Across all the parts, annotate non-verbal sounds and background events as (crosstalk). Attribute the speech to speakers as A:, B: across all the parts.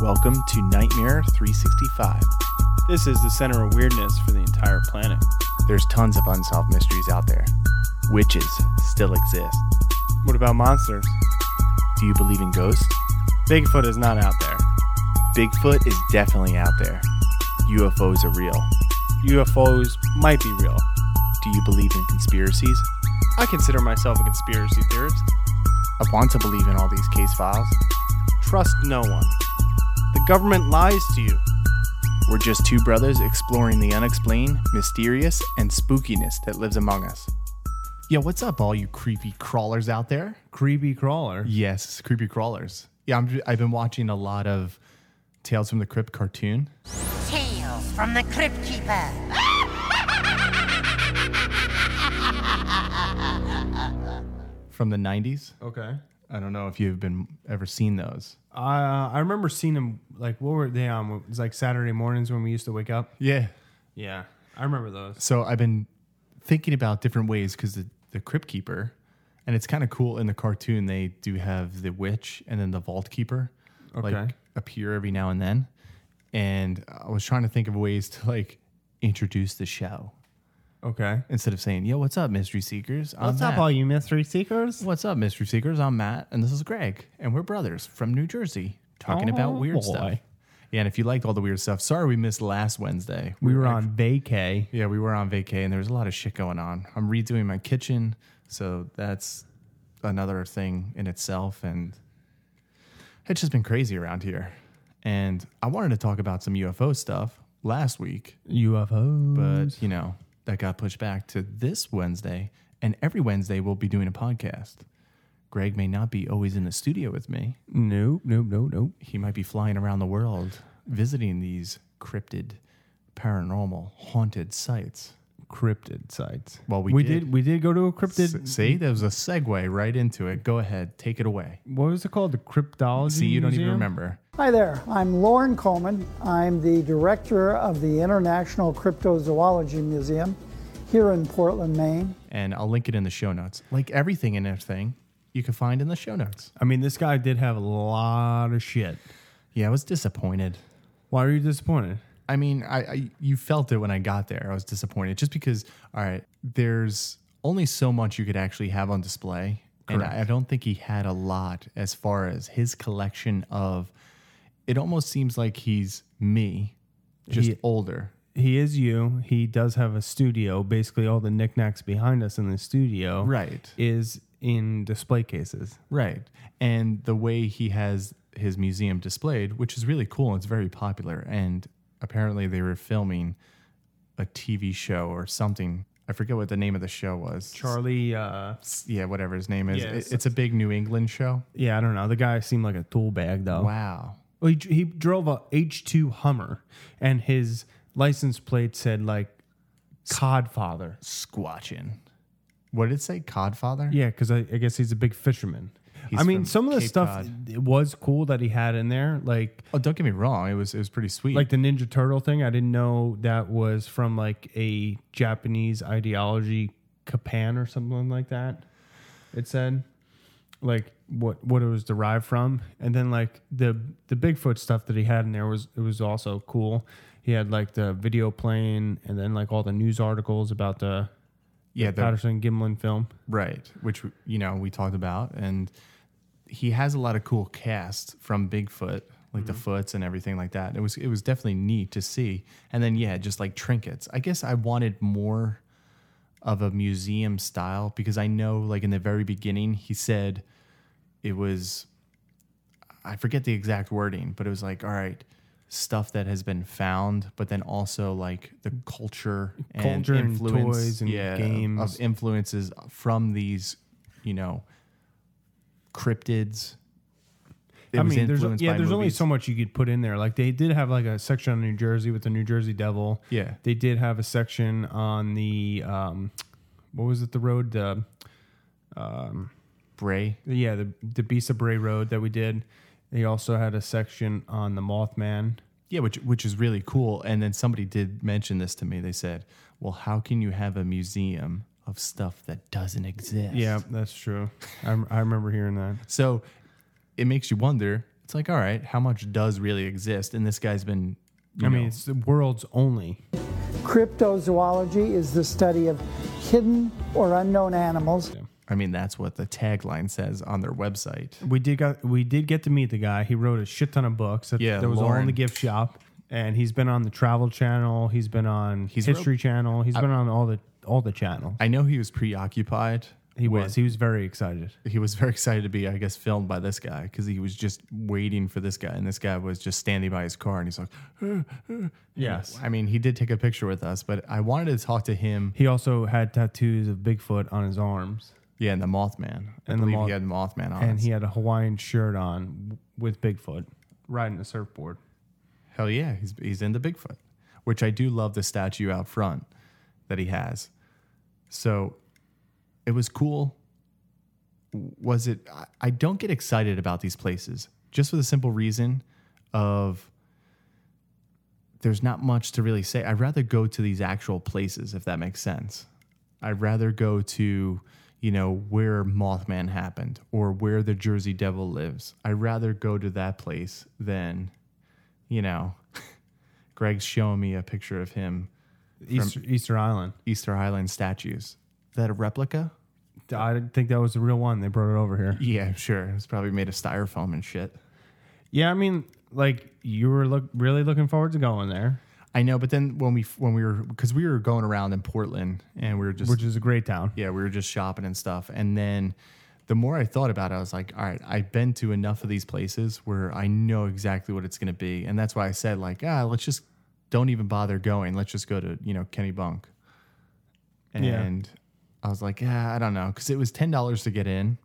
A: Welcome to Nightmare 365.
B: This is the center of weirdness for the entire planet.
A: There's tons of unsolved mysteries out there. Witches still exist.
B: What about monsters?
A: Do you believe in ghosts?
B: Bigfoot is not out there.
A: Bigfoot is definitely out there. UFOs are real.
B: UFOs might be real.
A: Do you believe in conspiracies?
B: I consider myself a conspiracy theorist.
A: I want to believe in all these case files.
B: Trust no one. The government lies to you.
A: We're just two brothers exploring the unexplained, mysterious, and spookiness that lives among us. Yeah, what's up, all you creepy crawlers out there?
C: Creepy crawler.
A: Yes, creepy crawlers. Yeah, I'm, I've been watching a lot of Tales from the Crypt cartoon.
D: Tales from the Crypt Keeper.
A: from the 90s.
C: Okay.
A: I don't know if you've been ever seen those.
C: Uh, I remember seeing him. Like, what were they on? It was like Saturday mornings when we used to wake up.
A: Yeah.
C: Yeah, I remember those.
A: So I've been thinking about different ways because the, the Crypt Keeper, and it's kind of cool in the cartoon, they do have the witch and then the Vault Keeper like
C: Okay.
A: appear every now and then. And I was trying to think of ways to like introduce the show
C: Okay.
A: instead of saying, yo, what's up, Mystery Seekers? I'm
C: What's up,
A: Matt."
C: all you mystery seekers?
A: What's up, Mystery Seekers? I'm Matt, and this is Greg, and we're brothers from New Jersey talking
C: Oh,
A: about weird stuff. Yeah, and if you liked all the weird stuff, sorry we missed last Wednesday.
C: We were on vacay.
A: Yeah, we were on vacay, and there was a lot of shit going on. I'm redoing my kitchen, so that's another thing in itself, and it's just been crazy around here. And I wanted to talk about some UFO stuff last week,
C: UFO.
A: but you know that got pushed back to this Wednesday. And every Wednesday we'll be doing a podcast. Greg may not be always in the studio with me.
C: nope, nope, nope, nope.
A: He might be flying around the world visiting these cryptid, paranormal, haunted sites.
C: Cryptid sites.
A: Well, we
C: we
A: did.
C: did. We did go to a cryptid.
A: S- See, that was a segue right into it. Go ahead, take it away.
C: what was it called? The cryptology.
A: See, you don't even
C: Museum?
A: remember.
E: Hi there, I'm Lauren Coleman. I'm the director of the International Cryptozoology Museum here in Portland, Maine.
A: And I'll link it in the show notes. Like everything and everything you can find in the show notes.
C: I mean, this guy did have a lot of shit.
A: Yeah, I was disappointed.
C: Why are you disappointed?
A: I mean, I, I you felt it when I got there. I was disappointed just because. All right, there's only so much you could actually have on display, and I, I don't think he had a lot as far as his collection of. It almost seems like he's me, just
C: He-
A: older.
C: he is you. He does have a studio. Basically, all the knickknacks behind us in the studio,
A: Right.
C: is in display cases.
A: Right. And the way he has his museum displayed, which is really cool, it's very popular. And apparently they were filming a TV show or something. I forget what the name of the show was.
C: Charlie, uh,
A: Yeah, whatever his name is.
C: Yeah,
A: It-
C: it's-
A: it's a big New England show.
C: yeah, I don't know. The guy seemed like a tool bag, though.
A: Wow.
C: Well, he, he drove a H two Hummer, and his license plate said like Codfather.
A: Squatching. What did it say? Codfather?
C: Yeah, because I, I guess he's a big fisherman.
A: He's
C: I mean,
A: from
C: some of the
A: Cape
C: stuff
A: Cod.
C: it was cool that he had in there, like
A: Oh, don't get me wrong. It was it was pretty sweet.
C: like the Ninja Turtle thing. I didn't know that was from like a Japanese ideology, Kapan or something like that. It said like what what it was derived from, and then like the the Bigfoot stuff that he had in there was it was also cool. He had like the video playing, and then like all the news articles about the
A: yeah, the-
C: Patterson Gimlin film.
A: Right, which you know we talked about, and he has a lot of cool casts from Bigfoot, like
C: Mm-hmm.
A: the foots and everything like that. It was it was definitely neat to see, and then yeah, just like trinkets. I guess I wanted more of a museum style because I know like in the very beginning he said it was I forget the exact wording, but it was like all right stuff that has been found but then also like the culture and
C: Culture and
A: influence
C: toys and
A: yeah,
C: games.
A: of influences from these you know cryptids It
C: I
A: was
C: mean, there's
A: influenced
C: yeah,
A: by
C: there's only
A: movies.
C: so much you could put in there. Like they did have like a section on New Jersey with the New Jersey Devil.
A: Yeah.
C: they did have a section on the um, what was it? The road, the
A: bray
C: yeah, the the Bisa Bray Road that we did. They also had a section on the Mothman.
A: Yeah, which which is really cool. And then somebody did mention this to me. They said, "Well, how can you have a museum of stuff that doesn't exist?"
C: Yeah, that's true. I, I remember hearing that.
A: So it makes you wonder It's like, all right, how much does really exist? And this guy's been, you
C: I
A: know,
C: mean, it's the world's only.
E: Cryptozoology is the study of hidden or unknown animals.
A: I mean, that's what the tagline says on their website.
C: We did got we did get to meet the guy. He wrote a shit ton of books. That,
A: Yeah,
C: that was all in
A: Lauren.
C: the gift shop, and he's been on the Travel Channel. He's been on
A: wrote-
C: History Channel. He's been on all the all the channels.
A: I know he was preoccupied.
C: He was he was very excited.
A: He was very excited to be, I guess, filmed by this guy because he was just waiting for this guy, and this guy was just standing by his car, and he's like, (gasps)
C: Yes,
A: I mean, he did take a picture with us, but I wanted to talk to him.
C: he also had tattoos of Bigfoot on his arms,
A: Yeah, and the Mothman. I
C: And the
A: believe
C: Moth-
A: he had Mothman on.
C: and
A: us.
C: he had a Hawaiian shirt on with Bigfoot riding a surfboard.
A: Hell yeah, he's he's into Bigfoot, which I do love the statue out front that he has. So it was cool. Was it? I, I don't get excited about these places just for the simple reason of there's not much to really say. I'd rather go to these actual places if that makes sense. I'd rather go to, you know, where Mothman happened or where the Jersey Devil lives. I'd rather go to that place than, you know, (laughs) Greg's showing me a picture of him,
C: Easter, Easter Island.
A: Easter Island statues. Is that a replica?
C: I didn't think that was the real one. They brought it over here.
A: Yeah, sure. It's probably made of styrofoam and shit.
C: Yeah, I mean, like you were look really looking forward to going there,
A: I know, but then when we when we were because we were going around in Portland and we were just
C: which is a great town.
A: yeah, we were just shopping and stuff. And then the more I thought about it, I was like, all right, I've been to enough of these places where I know exactly what it's going to be. And that's why I said, like, ah, let's just don't even bother going. Let's just go to, you know, Kenny Bunk.
C: Yeah.
A: And I was like, yeah, I don't know. Cause it was $10 to get in.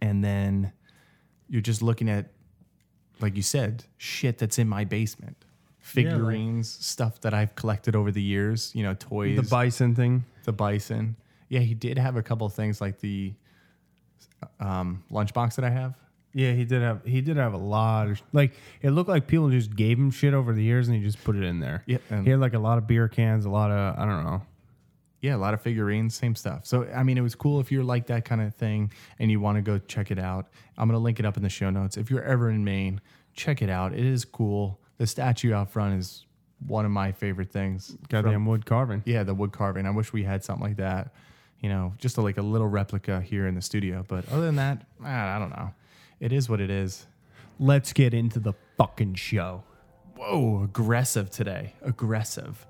A: And then you're just looking at, like you said, shit that's in my basement. Figurines, stuff that I've collected over the years, you know, toys
C: The bison thing.
A: the bison. Yeah, he did have a couple things like the um, lunchbox that I have.
C: Yeah, he did have he did have a lot of like it looked like people just gave him shit over the years and he just put it in there.
A: Yep, and-
C: he had like a lot of beer cans, a lot of I don't know.
A: Yeah, a lot of figurines, same stuff. So I mean, it was cool if you're like that kind of thing and you want to go check it out. I'm gonna link it up in the show notes. If you're ever in Maine, check it out. It is cool. The statue out front is one of my favorite things.
C: Goddamn wood carving.
A: Yeah, the wood carving. I wish we had something like that. You know, just a, like a little replica here in the studio. But other than that, I I don't know. It is what it is.
C: Let's get into the fucking show.
A: Whoa, aggressive today. Aggressive.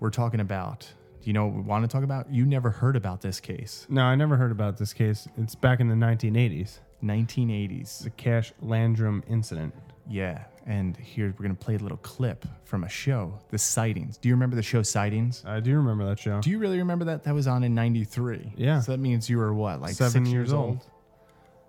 A: We're talking about, do you know what we want to talk about? You never heard about this case.
C: No, I never heard about this case. It's back in the 1980s,
A: 1980s.
C: the Cash Landrum incident.
A: Yeah. And here we're going to play a little clip from a show, The Sightings. Do you remember the show Sightings?
C: I do remember that show.
A: Do you really remember that? That was on in 93.
C: Yeah.
A: So that means you were what, like
C: Seven
A: six
C: years old.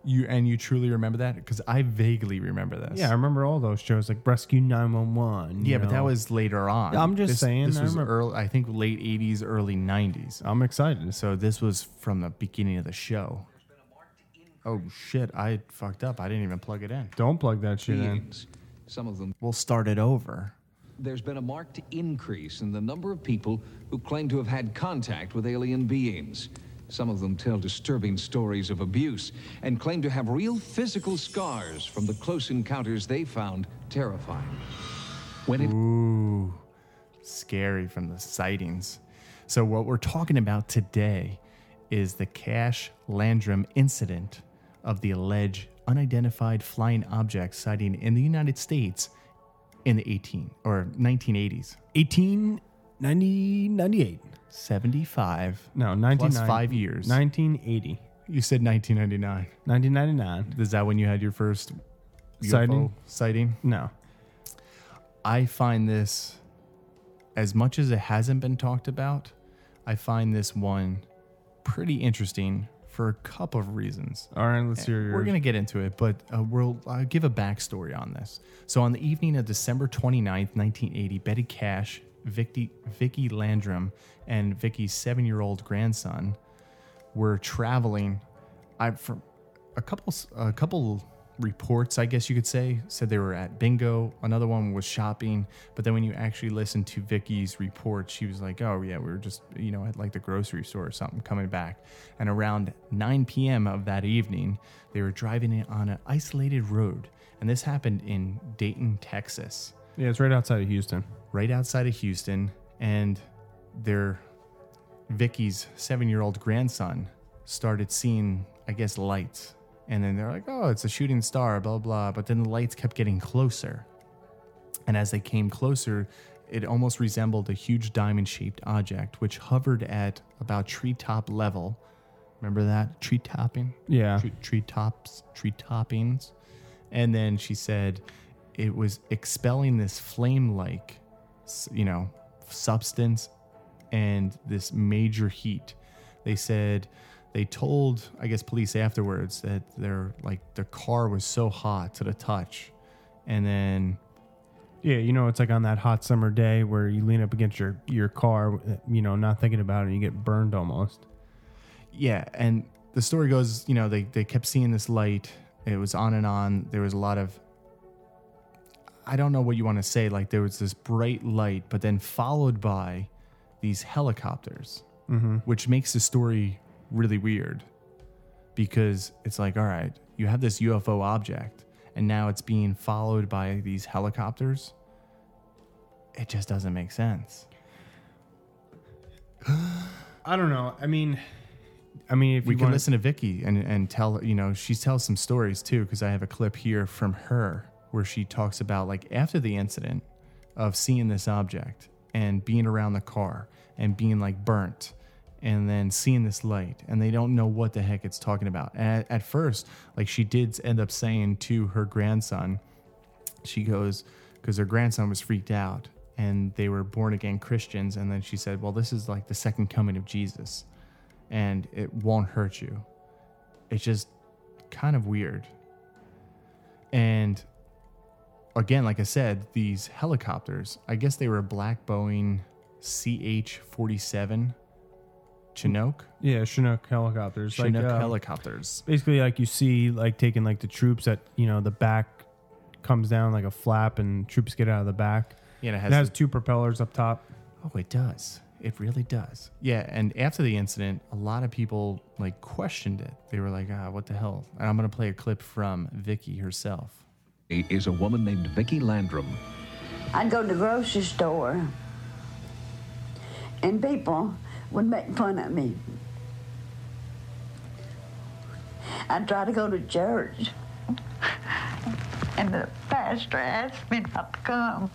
A: You And you truly remember that? Because I vaguely remember this.
C: yeah, I remember all those shows like Rescue 911.
A: Yeah,
C: you
A: but
C: know.
A: that was later on.
C: I'm just
A: This-
C: saying,
A: This
C: I
A: was
C: remember-
A: early, I think late 80s, early 90s.
C: I'm excited.
A: So this was from the beginning of the show. Oh shit, I fucked up. I didn't even plug it in.
C: Don't plug that shit in.
F: beings. Some of them.
A: We'll start it over.
F: There's been a marked increase in the number of people who claim to have had contact with alien beings. Some of them tell disturbing stories of abuse and claim to have real physical scars from the close encounters they found terrifying. When it
A: Ooh, scary from the sightings. So what we're talking about today is the Cash Landrum incident of the alleged unidentified flying object sighting in the United States in the 18 or 1980s.
C: 18, 98.
A: 75.
C: No,
A: 19
C: 99.
A: plus 5 years.
C: 1980.
A: you said 1999.
C: 1999.
A: Is that when you had your first UFO
C: Sighting?
A: sighting?
C: No.
A: I find this, as much as it hasn't been talked about, I find this one pretty interesting for a couple of reasons.
C: All right, let's hear your.
A: Eh, We're going to get into it, but uh, we'll uh, give a backstory on this. So, on the evening of December 29th, 1980, Betty Cash, Vicky, Vicky Landrum, and Vicky's seven year old grandson were traveling I, for a couple, s- a couple reports, I guess you could say, said they were at bingo. Another one was shopping. But then when you actually listened to Vicky's report, she was like, oh, yeah, we were just, you know, at like the grocery store or something coming back. And around 9 p.m. of that evening, they were driving in on an isolated road. And this happened in Dayton, Texas,
C: Yeah, it's right outside of Houston.
A: right outside of Houston. And their Vicky's seven year old grandson started seeing, I guess, lights. And then they're like, oh, it's a shooting star, blah, blah. But then the lights kept getting closer. And as they came closer, it almost resembled a huge diamond shaped object, which hovered at about treetop level. Remember that? Tree topping?
C: Yeah.
A: Tree, treetops, tree toppings. And then she said it was expelling this flame like, you know, substance and this major heat. They said they told, I guess, police afterwards that their like their car was so hot to the touch, and then
C: Yeah, you know, it's like on that hot summer day where you lean up against your your car, eh, you know, not thinking about it, and you get burned almost.
A: yeah, and the story goes, you know, they they kept seeing this light. It was on and on. There was a lot of I don't know what you want to say. Like there was this bright light, but then followed by these helicopters, which makes the story really weird because it's like, all right, you have this UFO object, and now it's being followed by these helicopters. It just doesn't make sense.
C: I don't know. I mean, I mean, if
A: we
C: you
A: can
C: wanna-
A: listen to Vicky and and tell you know she tells some stories too because I have a clip here from her where she talks about like after the incident of seeing this object and being around the car and being like burnt and then seeing this light and they don't know what the heck it's talking about and at, at first like she did end up saying to her grandson she goes because her grandson was freaked out and they were born again christians and then she said well this is like the second coming of jesus and it won't hurt you it's just kind of weird and again like i said these helicopters i guess they were black boeing ch-47 chinook
C: yeah, Chinook helicopters,
A: chinook
C: like, um,
A: helicopters
C: basically like you see like taking like the troops that you know the back comes down like a flap and troops get out of the back.
A: yeah and it
C: It
A: has,
C: has two propellers up top.
A: Oh, it does. It really does. Yeah. And after the incident, a lot of people like questioned it. They were like, ah, what the hell? And I'm going to play a clip from Vicky herself.
F: Is a woman named Vicki Landrum.
G: I'd go to the grocery store, and people would make fun of me. I'd try to go to church, and the pastor asked me not to come.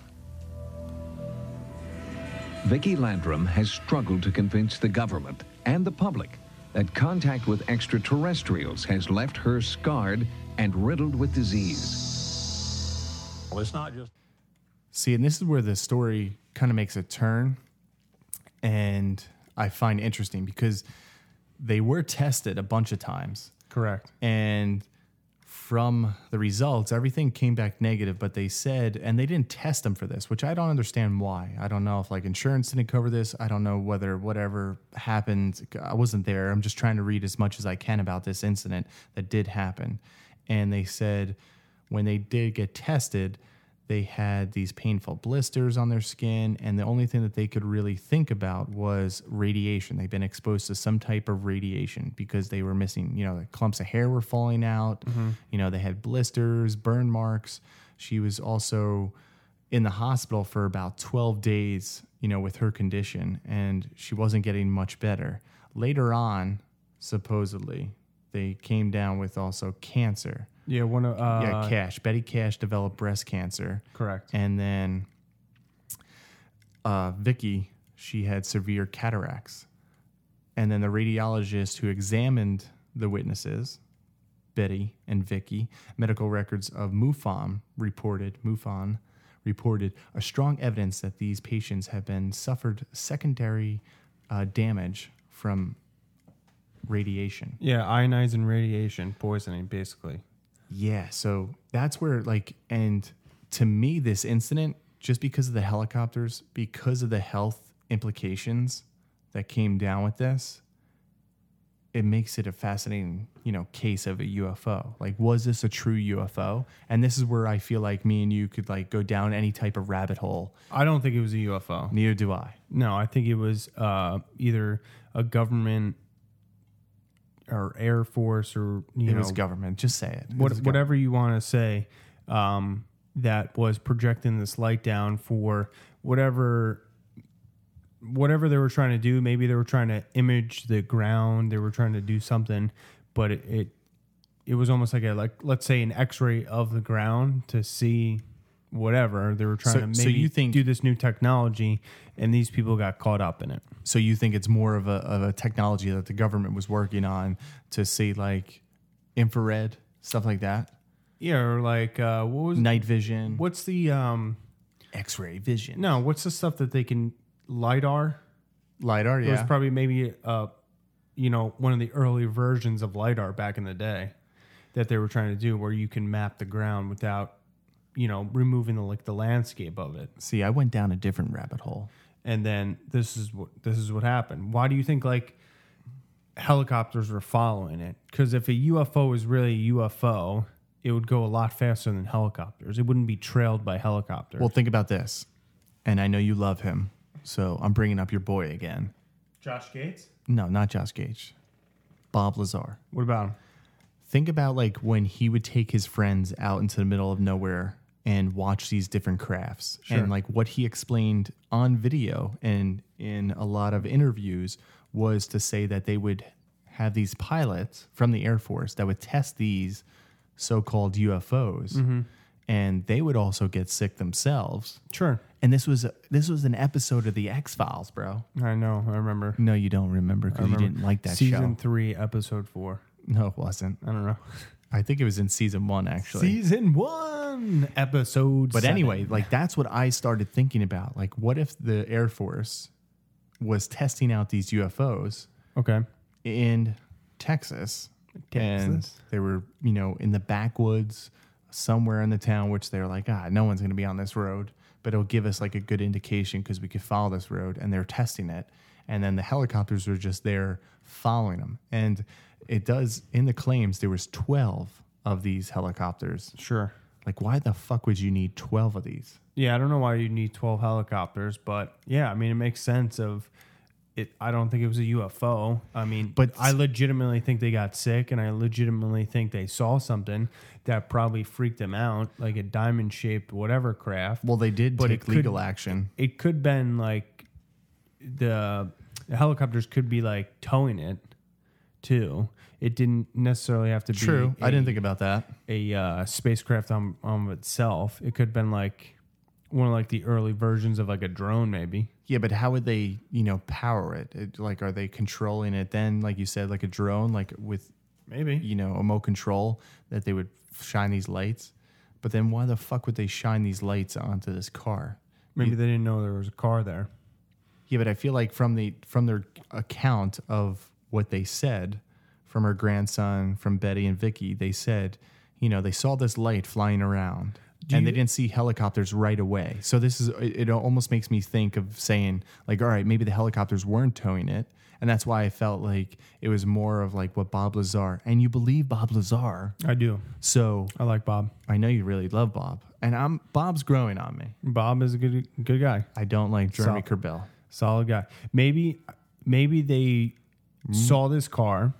F: Vicki Landrum has struggled to convince the government and the public that contact with extraterrestrials has left her scarred and riddled with disease.
H: Well, it's not just
A: See, and this is where the story kind of makes a turn. And I find interesting because they were tested a bunch of times.
C: Correct.
A: and from the results everything came back negative but they said and they didn't test them for this which i don't understand why i don't know if like insurance didn't cover this i don't know whether whatever happened i wasn't there i'm just trying to read as much as i can about this incident that did happen and they said when they did get tested they had these painful blisters on their skin and the only thing that they could really think about was radiation they've been exposed to some type of radiation because they were missing you know the clumps of hair were falling out you know they had blisters burn marks she was also in the hospital for about 12 days you know with her condition and she wasn't getting much better later on supposedly they came down with also cancer
C: Yeah, one of uh,
A: yeah, Cash. Betty Cash developed breast cancer.
C: Correct.
A: And then uh, Vicky, she had severe cataracts. And then the radiologist who examined the witnesses, Betty and Vicky, medical records of MUFON reported MUFON reported a strong evidence that these patients have been suffered secondary uh, damage from radiation.
C: yeah, ionizing radiation poisoning, basically.
A: Yeah, so that's where like and to me this incident just because of the helicopters, because of the health implications that came down with this, it makes it a fascinating, you know, case of a UFO. Like, was this a true UFO? And this is where I feel like me and you could like go down any type of rabbit hole.
C: I don't think it was a UFO.
A: Neither do I.
C: No, I think it was uh, either a government or Air Force or you
A: It
C: know
A: was government. Just say it. It
C: what,
A: was government.
C: whatever you want to say um, that was projecting this light down for whatever whatever they were trying to do. Maybe they were trying to image the ground. They were trying to do something, but it it, it was almost like a like let's say an X ray of the ground to see whatever they were trying
A: So-
C: to maybe
A: so you think-
C: do this new technology and these people got caught up in it
A: So you think it's more of a of a technology that the government was working on to see like infrared stuff like that,
C: yeah or like uh what was
A: night vision,
C: what's the um
A: X-ray vision,
C: no what's the stuff that they can lidar
A: lidar.
C: It
A: Yeah,
C: was probably maybe uh, you know, one of the early versions of lidar back in the day that they were trying to do, where you can map the ground without, you know, removing the like the landscape of it.
A: see, I went down a different rabbit hole.
C: And then this is what this is what happened. Why do you think like helicopters were following it? Because if a UFO is really a UFO, it would go a lot faster than helicopters. It wouldn't be trailed by helicopters.
A: Well, think about this, and I know you love him, so I'm bringing up your boy again.
C: Josh Gates.
A: No, not Josh Gage, Bob Lazar.
C: What about him?
A: Think about like when he would take his friends out into the middle of nowhere and watch these different crafts and like what he explained on video and in a lot of interviews was to say that they would have these pilots from the Air Force that would test these so-called UFOs
C: Mm-hmm.
A: and they would also get sick themselves.
C: Sure.
A: And this was this was an episode of the X-Files, bro.
C: I know. I remember.
A: No, you don't remember because you didn't like that
C: Season
A: show.
C: three, episode four.
A: No, it wasn't.
C: I don't know.
A: I think it was in season one actually.
C: Season one, episode.
A: But anyway, like that's what I started thinking about. Like, what if the Air Force was testing out these UFOs
C: okay,
A: in Texas? And
C: Texas.
A: they were, you know, in the backwoods somewhere in the town, which they were like, ah, no one's going to be on this road, but it'll give us like a good indication because we could follow this road. And they're testing it. And then the helicopters were just there following them. And it does, in the claims, there was 12 of these helicopters.
C: sure.
A: Like, why the fuck would you need 12 of these?
C: Yeah, I don't know why you need twelve helicopters, but yeah, I mean it makes sense. Of it, I don't think it was a UFO. I mean,
A: But-
C: I legitimately think they got sick, and I legitimately think they saw something that probably freaked them out, like a diamond shaped whatever craft.
A: Well, they did
C: But it
A: take legal
C: could-
A: action.
C: it could been like the, the helicopters could be like towing it too. It didn't necessarily have to be
A: I
C: a-
A: didn't think about that.
C: a uh, spacecraft on on itself. It could have been like one of like the early versions of like a drone, maybe.
A: Yeah, but how would they, you know, power it? it? Like, are they controlling it then, like you said, like a drone, like with,
C: Maybe.
A: you know, a remote control that they would shine these lights? But then why the fuck would they shine these lights onto this car?
C: Maybe they didn't know there was a car there.
A: Yeah, but I feel like from the from their account of what they said, from her grandson, from Betty and Vicky, they said, you know, they saw this light flying around, and they didn't see helicopters right away. So this is it. it Almost makes me think of saying like, all right, maybe the helicopters weren't towing it, and that's why I felt like it was more of like what Bob Lazar and you believe Bob Lazar,
C: I do.
A: so
C: I like Bob.
A: I know you really love Bob, and I'm Bob's growing on me.
C: Bob is a good good guy,
A: I don't like Jeremy
C: So-
A: Corbell.
C: solid guy. Maybe maybe they saw this car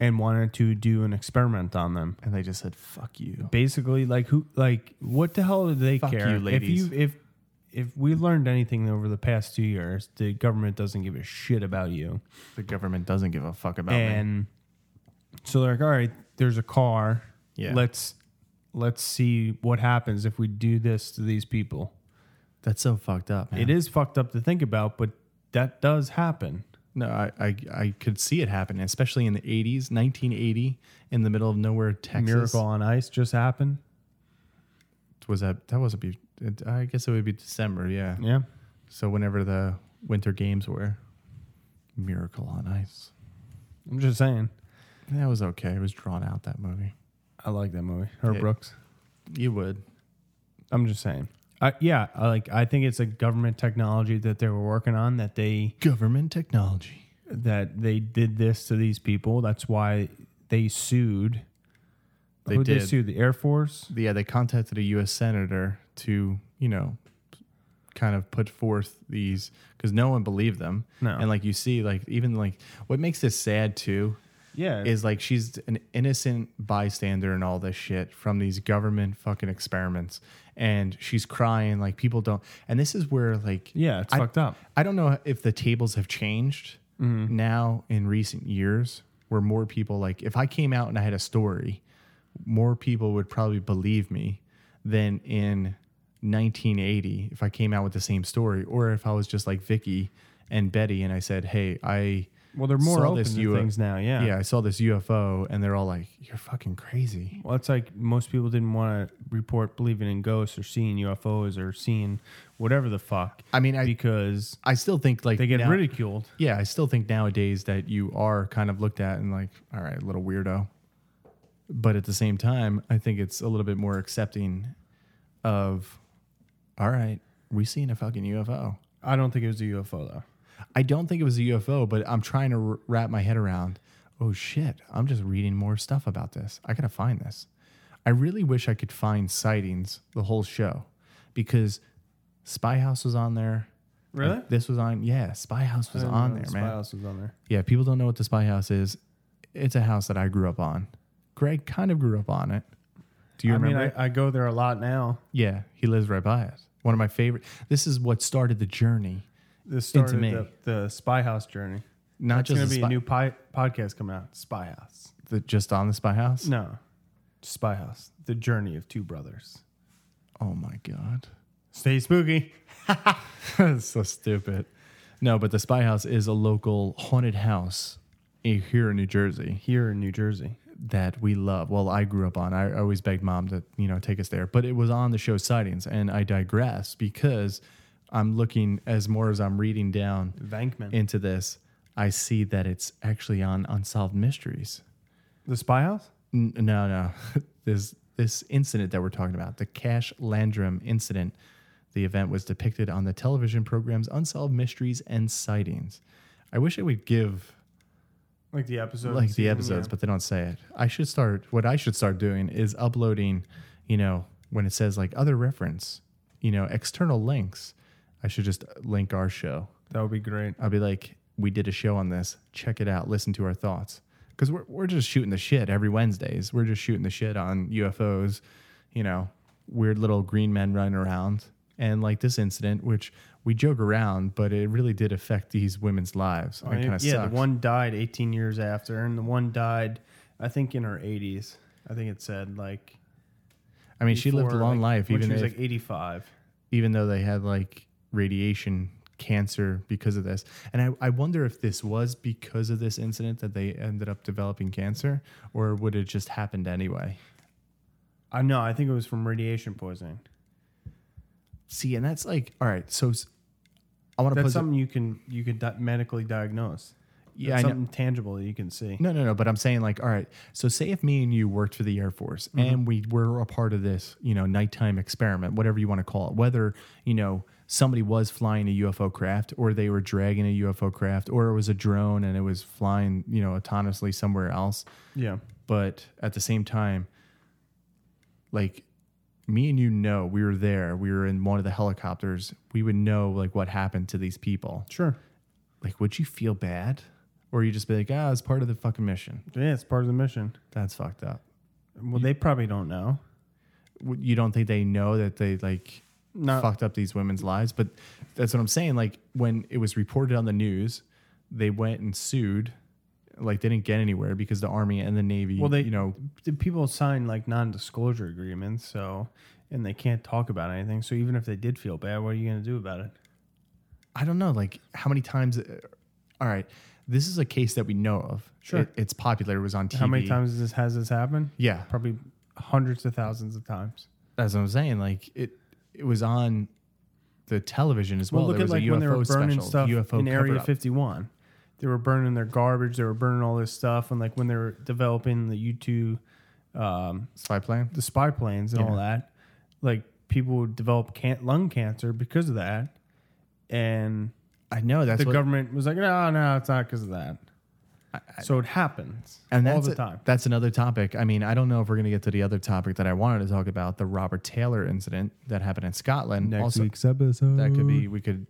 C: and wanted to do an experiment on them.
A: And they just said, "Fuck you."
C: basically like who like what the hell do they
A: Fuck
C: care
A: you, ladies.
C: if you if if we learned anything over the past two years the government doesn't give a shit about you
A: The government doesn't give a fuck about me.
C: and so they're like all right there's a car
A: Yeah.
C: let's let's see what happens if we do this to these people
A: That's so fucked up.
C: it is fucked up to think about but that does happen
A: No, I, I I could see it happen, especially in the eighties, nineteen eighty, in the middle of nowhere, Texas.
C: miracle on ice just happened
A: was that that was a be I guess it would be December, yeah.
C: yeah
A: So whenever the winter games were, Miracle on Ice.
C: i'm just saying
A: That was okay. It was drawn out that movie.
C: i like that movie herb
A: Yeah.
C: brooks
A: You would.
C: I'm just saying. I, yeah, I like I think it's a government technology that they were working on that they
A: Government technology.
C: that they did this to these people. That's wwhy they sued.
A: They
C: Who'd They
A: did.
C: sued the Air Force.
A: yeah, they contacted a U.S. senator to, you know, kind of put forth these because no one believed them.
C: No.
A: And like you see, like even like what makes this sad too
C: Yeah,
A: is like she's an innocent bystander and all this shit from these government fucking experiments. And she's crying like people don't. And this is where like
C: Yeah, it's
A: I-
C: fucked up. Mm-hmm.
A: I don't know if the tables have changed now in recent years, where more people like if I came out and I had a story, more people would probably believe me than in 1980 if I came out with the same story, or if I was just like Vicky and Betty and I said, "Hey, I."
C: Well, they're more
A: saw
C: open to
A: UFO
C: things now, yeah.
A: Yeah, I saw this UFO, and they're all like, "You're fucking crazy."
C: Well, it's like most people didn't want to report believing in ghosts or seeing UFOs or seeing whatever the fuck.
A: I mean, I-
C: because
A: I still think like
C: they get
A: now-
C: ridiculed.
A: Yeah, I still think nowadays that you are kind of looked at and like, all right, little weirdo. But at the same time, I think it's a little bit more accepting of, all right, we seen a fucking UFO.
C: I don't think it was a UFO though.
A: I don't think it was a UFO, but I'm trying to r- wrap my head around. Oh shit! I'm just reading more stuff about this. I gotta find this. I really wish I could find sightings the whole show, because Spy House was on there.
C: Really?
A: This was on. Yeah, Spy House was on
C: uh,
A: there, man.
C: was on there.
A: Yeah, people don't know what the spy house is. It's a house that I grew up on. Greg kind of grew up on it. Do you
C: I mean,
A: remember? it?
C: I, I go there a lot now.
A: yeah, he lives right by it. One of my favorite. This is what started the journey.
C: This started
A: me.
C: the, the Spy House journey.
A: Not
C: That's
A: just
C: gonna
A: the
C: be
A: spy,
C: a new pi- podcast coming out. Spy House.
A: the- just on the spy house.
C: No, Spy House. The journey of two brothers.
A: Oh my god,
C: Stay spooky. (laughs)
A: that's (laughs) so stupid. No, but the spy house is a local haunted house i- here in New Jersey
C: Here in New Jersey.
A: that we love. Well, I grew up on. I I always begged mom to you know take us there, but it was on the show sightings, and I digress because I'm looking as more as I'm reading down
C: Vankman.
A: into this, I see that it's actually on Unsolved Mysteries.
C: the Spy House?
A: N- no, no, (laughs) this this incident that we're talking about, the Cash Landrum incident. The event was depicted on the television programs Unsolved Mysteries and Sightings. I wish I would give
C: Like the episode.
A: like the episodes, but they don't say it. I should start. What I should start doing is uploading. You know, when it says like other reference, you know, external links. I should just link our show
C: That would be great.
A: I'll be like, we did a show on this. Check it out. Listen to our thoughts. Because we're, we're just shooting the shit every Wednesdays. We're just shooting the shit on UFOs, you know, weird little green men running around. And like this incident, which we joke around, but it really did affect these women's lives. It kind of
C: yeah,
A: sucks.
C: the one died 18 years after, and the one died, I think, in her 80s. I think it said like.
A: I mean, she lived a
C: before,
A: long
C: like,
A: life,
C: when
A: even
C: she was
A: if-
C: like 85.
A: even though they had like radiation cancer because of this. And I, I wonder if this was because of this incident that they ended up developing cancer, or would it just happened anyway?
C: I know. I think it was from radiation poisoning.
A: See, and that's like, all right. So s- I want to put
C: That's something you can you can di- medically diagnose.
A: Yeah,
C: That's
A: I know.
C: something tangible that you can see.
A: No, no, no. But I'm saying like, all right. So say if me and you worked for the Air Force and we were a part of this, you know, nighttime experiment, whatever you want to call it, whether you know somebody was flying a UFO craft or they were dragging a UFO craft or it was a drone and it was flying, you know, autonomously somewhere else.
C: Yeah,
A: but at the same time like me and you know we were there we were in one of the helicopters we would know like what happened to these people
C: sure.
A: like would you feel bad or you just be like ah it's part of the fucking mission
C: Yeah, it's part of the mission.
A: that's fucked up
C: Well, they probably don't know.
A: W- you don't think they know that they like
C: No.
A: fucked up these women's lives but that's what i'm saying like when it was reported on the news they went and sued like they didn't get anywhere because the army and the navy
C: Well, they
A: you know
C: the people sign like non-disclosure agreements, so and they can't talk about anything. So even if they did feel bad, what are you going to do about it?
A: I don't know, like how many times. uh, all right, this is a case that we know of.
C: Sure.
A: It- it's popular. It was on TV.
C: How many times has this has this happened?
A: Yeah.
C: probably hundreds of thousands of times.
A: That's what I'm saying. Like it, it was on the television as well.
C: Well, look
A: there was
C: at like
A: a UFO
C: when they were burning
A: special,
C: stuff
A: UFO
C: in Area
A: cover-up.
C: 51. They were burning their garbage. They were burning all this stuff, and like when they were developing the U two, um,
A: spy plane.
C: the spy planes and all that, like people would develop can- lung cancer because of that, and
A: I know that's
C: The
A: what,
C: government was like, no, no, it's not because of that. so it happens
A: and
C: all
A: that's
C: the
A: a-
C: time.
A: That's another topic. I mean, I don't know if we're going to get to the other topic that I wanted to talk about, the Robert Taylor incident that happened in Scotland.
C: Next week's episode.
A: that could be we could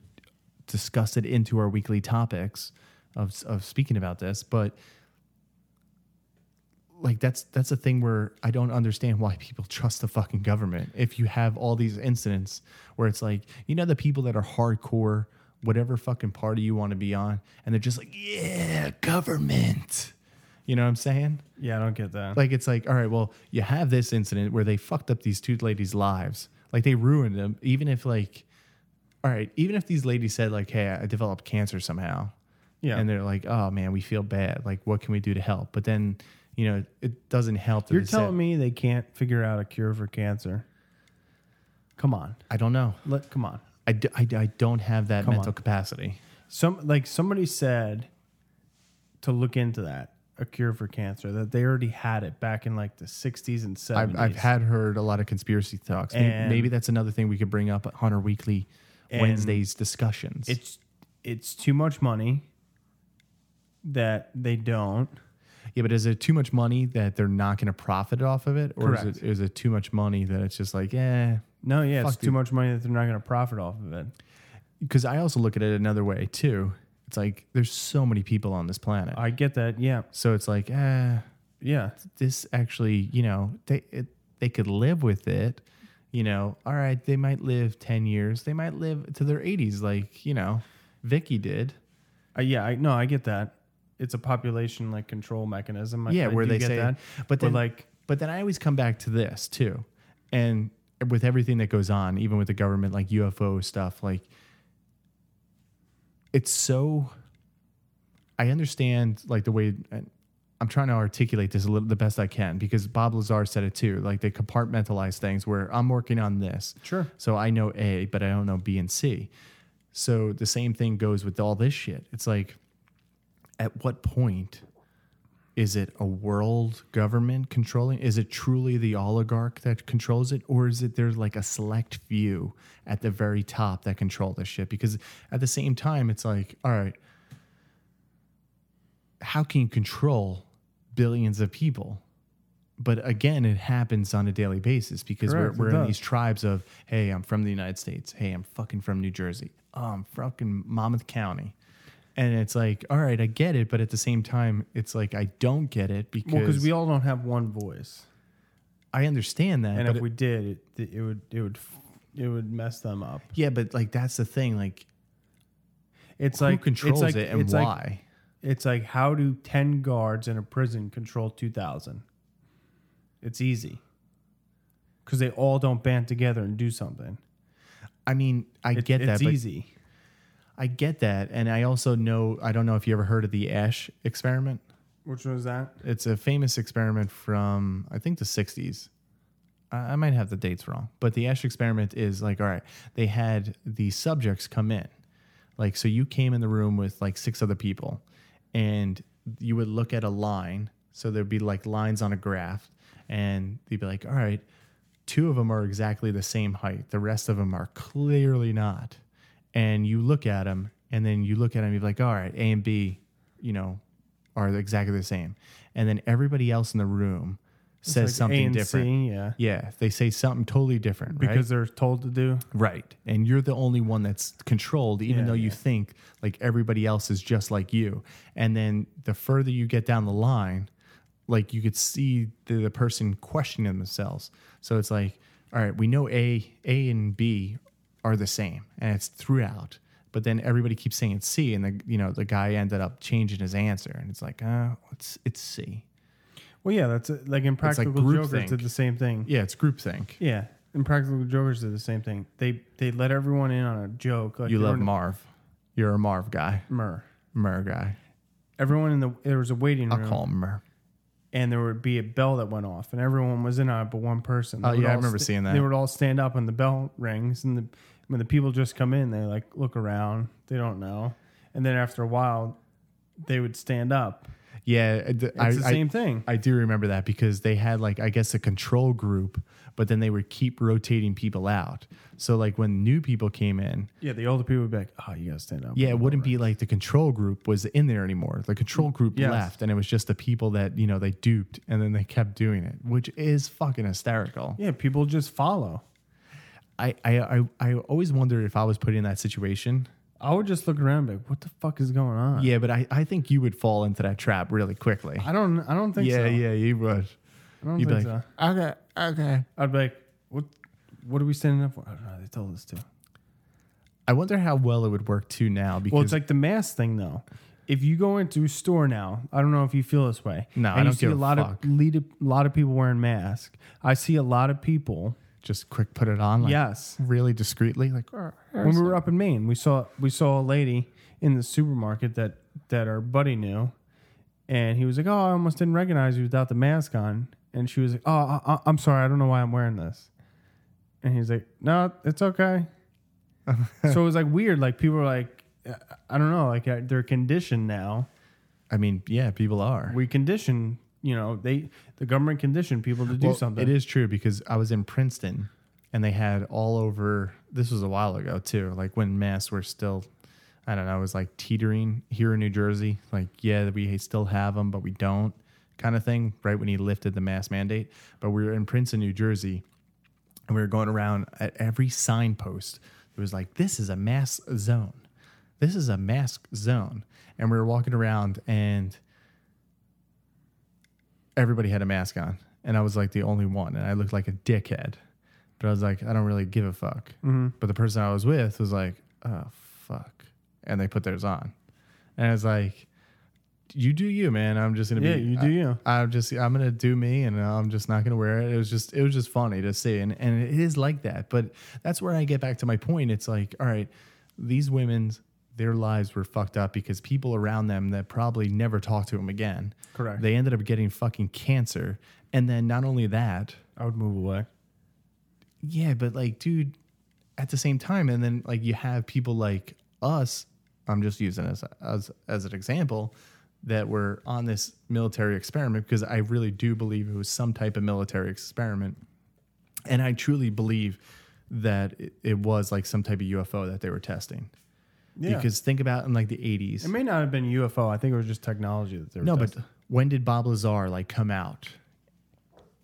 A: discuss it into our weekly topics of of speaking about this, but like that's that's a thing where I don't understand why people trust the fucking government. If you have all these incidents where it's like, you know, the people that are hardcore, whatever fucking party you want to be on, and they're just like, yeah, government. You know what I'm saying?
C: Yeah, I don't get that.
A: Like it's like, all right, well, you have this incident where they fucked up these two ladies' lives. Like they ruined them. Even if like, all right, even if these ladies said like, hey, I developed cancer somehow,
C: yeah,
A: and they're like, oh man, we feel bad. Like, what can we do to help? But then, you know, it doesn't help. that
C: you're
A: they said-
C: telling me they can't figure out a cure for cancer. Come on,
A: I don't know.
C: let come on.
A: I, d- I, d- I don't have that mental
C: on.
A: capacity.
C: Some like somebody said to look into that a cure for cancer that they already had it back in like the 60s and 70s.
A: I've, I've had heard a lot of conspiracy talks. Maybe,
C: And-
A: maybe that's another thing we could bring up on our weekly Wednesdays discussions.
C: it's it's too much money that they don't.
A: Yeah, but is it too much money that they're not going to profit off of it, or is
C: Correct.
A: it, is it too much money that it's just like, eh? yeah?
C: No, yeah, it's
A: Fuck,
C: too
A: dude.
C: much money that they're not going to profit off of it.
A: Because I also look at it another way too. It's like there's so many people on this planet,
C: I get that. Yeah.
A: so it's like, ah,
C: Yeah.
A: this actually, you know, they it, they could live with it. You know, all right, they might live ten years, they might live to their eighties, like you know, Vicky did.
C: Uh, yeah, I no, I get that. It's a population like control mechanism. I,
A: yeah,
C: I
A: where
C: do
A: they
C: get
A: say,
C: that.
A: but then
C: like,
A: but then I always come back to this too, and with everything that goes on, even with the government, like UFO stuff, like it's so. I understand like the way and I'm trying to articulate this a little the best I can because Bob Lazar said it too. Like they compartmentalize things where I'm working on this,
C: Sure.
A: so I know A, but I don't know B and C. So the same thing goes with all this shit. It's like, at what point is it a world government controlling? Is it truly the oligarch that controls it, or is it there's like a select few at the very top that control this shit? Because at the same time, it's like, all right, how can you control billions of people? But again, it happens on a daily basis because
C: Correct, it
A: we're, we're in
C: does.
A: these tribes of, hey, I'm from the United States. Hey, I'm fucking from New Jersey. Oh, I'm fucking Monmouth County. And it's like, all right, I get it. But at the same time, it's like, I don't get it because
C: well, because we all don't have one voice,
A: I understand that.
C: and
A: but
C: if
A: it-
C: we did, it, it would it would f- it would mess them up.
A: yeah, but like, that's the thing. Like,
C: It's
A: who
C: like it's
A: controls
C: like-
A: it and
C: it's
A: why?
C: like- it's like how do ten guards in a prison control two thousand? It's easy because they all don't band together and do something.
A: I mean, I
C: It-
A: get that.
C: It's
A: but
C: easy.
A: I get that. And I also know, I don't know if you ever heard of the Ash experiment.
C: Which one was that?
A: It's a famous experiment from I think the 60s. I I might have the dates wrong, but the Ash experiment is like all right. They had the subjects come in, like so you came in the room with like six other people, and you would look at a line. So there'd be like lines on a graph, and they'd be like, all right, two of them are exactly the same height. The rest of them are clearly not. And you look at them, and then you look at them, you're like, all right, A and B, you know, are exactly the same. And then everybody else in the room says
C: It's like A
A: something
C: and
A: different.
C: C, yeah.
A: Yeah, they say something totally different, right?
C: Because they're told to do.
A: right, and you're the only one that's controlled, even
C: Yeah,
A: though you
C: yeah.
A: think like everybody else is just like you. And then the further you get down the line, like you could see the, the person questioning themselves. So it's like, all right, we know A, A and B are the same, and it's throughout. But then everybody keeps saying it's C, and the you know the guy ended up changing his answer, and it's like, uh, it's it's C.
C: Well, yeah, that's it. like Impractical Jokers
A: groupthink.
C: did the same thing.
A: Yeah, it's groupthink.
C: Yeah, Impractical Jokers did the same thing. They they let everyone in on a joke. Like
A: You love
C: everyone-
A: Marv. You're a Marv guy.
C: Mur.
A: Mer guy.
C: Everyone in the there was a waiting
A: I'll
C: room,
A: call him Mer.
C: and there would be a bell that went off, and everyone was in on it, but one person. They
A: Oh,
C: would
A: yeah, I
C: all
A: remember seeing that.
C: They would all stand up, and the bell rings, and the when the people just come in, they like look around, they don't know, and then after a while, they would stand up,
A: Yeah, it's
C: It's the same thing.
A: I do remember that because they had like I guess a control group, but then they would keep rotating people out. So like when new people came in,
C: Yeah, the older people would be like, oh, you gotta stand up.
A: yeah, it wouldn't be like the control group was in there anymore. The control group
C: Yes.
A: left, and it was just the people that you know they duped, and then they kept doing it, which is fucking hysterical.
C: Yeah, people just follow.
A: I I I, I always wondered if I was put in that situation.
C: I would just look around and be like, what the fuck is going on?
A: Yeah, but I, I think you would fall into that trap really quickly.
C: I don't I don't think
A: yeah,
C: so.
A: yeah, you would.
C: I don't
A: You'd be
C: think
A: like,
C: so.
A: okay, okay.
C: I'd be like, what what are we standing up for? I don't know, they told us to.
A: I wonder how well it would work too now because
C: Well, it's like the mask thing though. If you go into a store now, I don't know if you feel this way.
A: No,
C: and
A: I
C: you
A: don't
C: see
A: give a
C: a lot
A: fuck.
C: of lead, a lot of people wearing masks. I see a lot of people.
A: just quick put it on, like
C: Yes.
A: really discreetly, like "Oh,
C: When we were up in Maine, we saw we saw a lady in the supermarket that that our buddy knew, and he was like, "Oh, I almost didn't recognize you without the mask on." And she was like, "Oh, I, I- I'm sorry, I don't know why I'm wearing this." And he's like, "No, it's
A: (laughs)
C: okay." so it was like weird. Like people were like, I- I don't know, like uh, they're conditioned now.
A: I mean, yeah, people are.
C: we condition you know they the government conditioned people to do
A: Well,
C: something
A: It is true because I was in Princeton and they had all over this was a while ago too, like when masks were still I don't know, it was like teetering here in New Jersey, like yeah, we still have them but we don't kind of thing, right when he lifted the mask mandate, but we were in Princeton, New Jersey and we were going around at every signpost. It was like this is a mask zone. This is a mask zone. And we were walking around and everybody had a mask on, and I was like the only one, and I looked like a dickhead. But I was like, I don't really give a fuck. But the person I was with was like, oh fuck, and they put theirs on, and I was like, you do you, man. I'm just gonna
C: Yeah,
A: be,
C: you do you.
A: I, am just, I'm gonna do me, and I'm just not gonna wear it. It was just, it was just funny to see, and and it is like that. But that's where I get back to my point. It's like, all right, these women's their lives were fucked up because people around them that probably never talked to them again.
C: Correct.
A: They ended up getting fucking cancer. And then not only that,
C: i would move away
A: yeah, but like, dude, at the same time, and then like you have people like us, I'm just using us as, as an example, that were on this military experiment because I really do believe it was some type of military experiment. And I truly believe that it, it was like some type of UFO that they were testing.
C: Yeah.
A: Because think about in like the 80s.
C: it may not have been ufo i think it was just technology that they were
A: No, but
C: testing.
A: when did Bob Lazar like come out?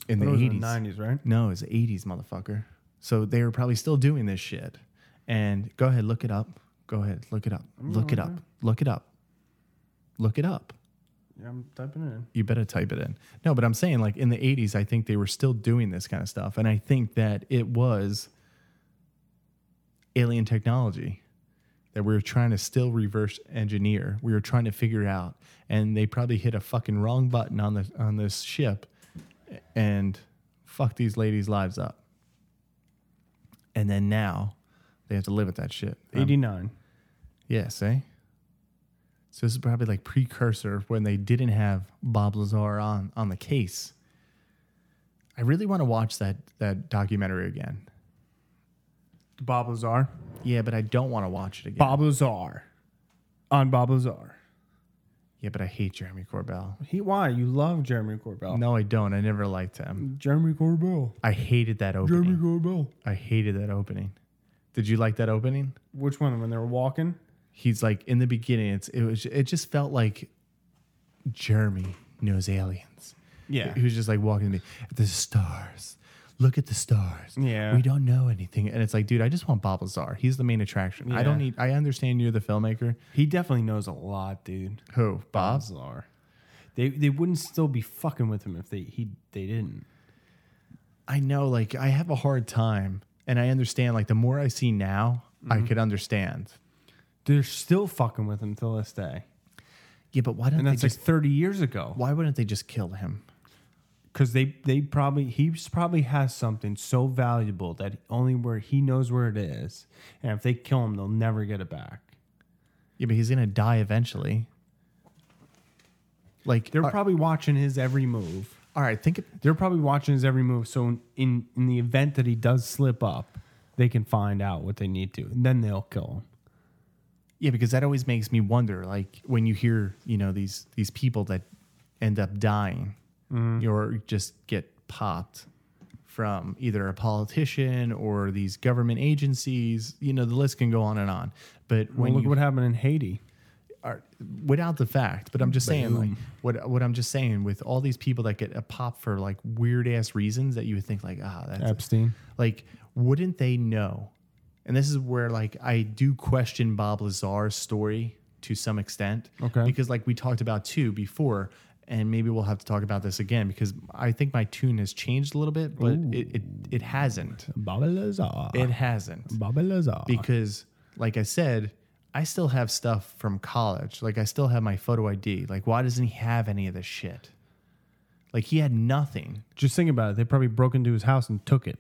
A: In
C: But
A: the
C: it was in
A: eighties.
C: the 90s right
A: No, it's eighties, motherfucker. So they were probably still doing this shit. And go ahead, look it up. Go ahead, look it up. Look it up. Look it up. Look it up.
C: yeah i'm typing it in
A: You better type it in. No, but I'm saying like in the 80s, I think they were still doing this kind of stuff. And I think that it was alien technology that we were trying to still reverse engineer. We were trying to figure out. And they probably hit a fucking wrong button on the on this ship and fucked these ladies' lives up. And then now they have to live with that shit. I'm
C: 89
A: Yes, eh? So this is probably like precursor when they didn't have Bob Lazar on on the case. I really want to watch that that documentary again.
C: bob lazar
A: Yeah, but I don't want to watch it again.
C: bob lazar on bob lazar
A: Yeah, but I hate Jeremy Corbell.
C: he why you love jeremy corbell
A: No, I don't. I never liked him.
C: jeremy corbell
A: I hated that
C: jeremy
A: opening.
C: corbell
A: I hated that opening. Did you like that opening?
C: which one when they were walking
A: He's like in the beginning. It's it was it just felt like Jeremy knows aliens.
C: yeah
A: He was just like walking to me. The stars. Look at the stars.
C: Yeah.
A: We don't know anything. And it's like, dude, I just want Bob Lazar. He's the main attraction. I don't
C: Yeah.
A: need I understand you're the filmmaker.
C: he definitely knows a lot dude
A: Who? Bob?
C: lazar they they wouldn't still be fucking with him if they he they didn't
A: I know, like, I have a hard time. And I understand, like, the more I see now,
C: Mm-hmm.
A: I could understand.
C: they're still fucking with him till this day
A: Yeah, but why don't
C: and
A: they
C: that's like
A: just
C: 30 years ago
A: why wouldn't they just kill him?
C: because they they probably he's probably has something so valuable that only where he knows where it is and if they kill him they'll never get it back
A: Yeah, but he's gonna die eventually. Like
C: they're
A: all-
C: probably watching his every move
A: all right, think of-
C: they're probably watching his every move so in, in in the event that he does slip up they can find out what they need to and then they'll kill him
A: Yeah, because that always makes me wonder. Like when you hear, you know, these these people that end up dying
C: Mm-hmm.
A: or just get popped from either a politician or these government agencies. You know, the list can go on and on. But when
C: Well, look
A: you
C: what happened in Haiti.
A: are without the fact, but I'm just saying like what what I'm just saying with all these people that get a pop for like weird ass reasons that you would think like ah that's
C: Epstein.
A: like wouldn't they know? And this is where like I do question Bob Lazar's story to some extent,
C: Okay.
A: Because like we talked about too before, and maybe we'll have to talk about this again because I think my tune has changed a little bit, but it, it it hasn't.
C: Baba Lazar.
A: It hasn't
C: Baba Lazar.
A: because like i said i still have stuff from college like i still have my photo id like why doesn't he have any of this shit like he had nothing
C: Just think about it. They probably broke into his house and took it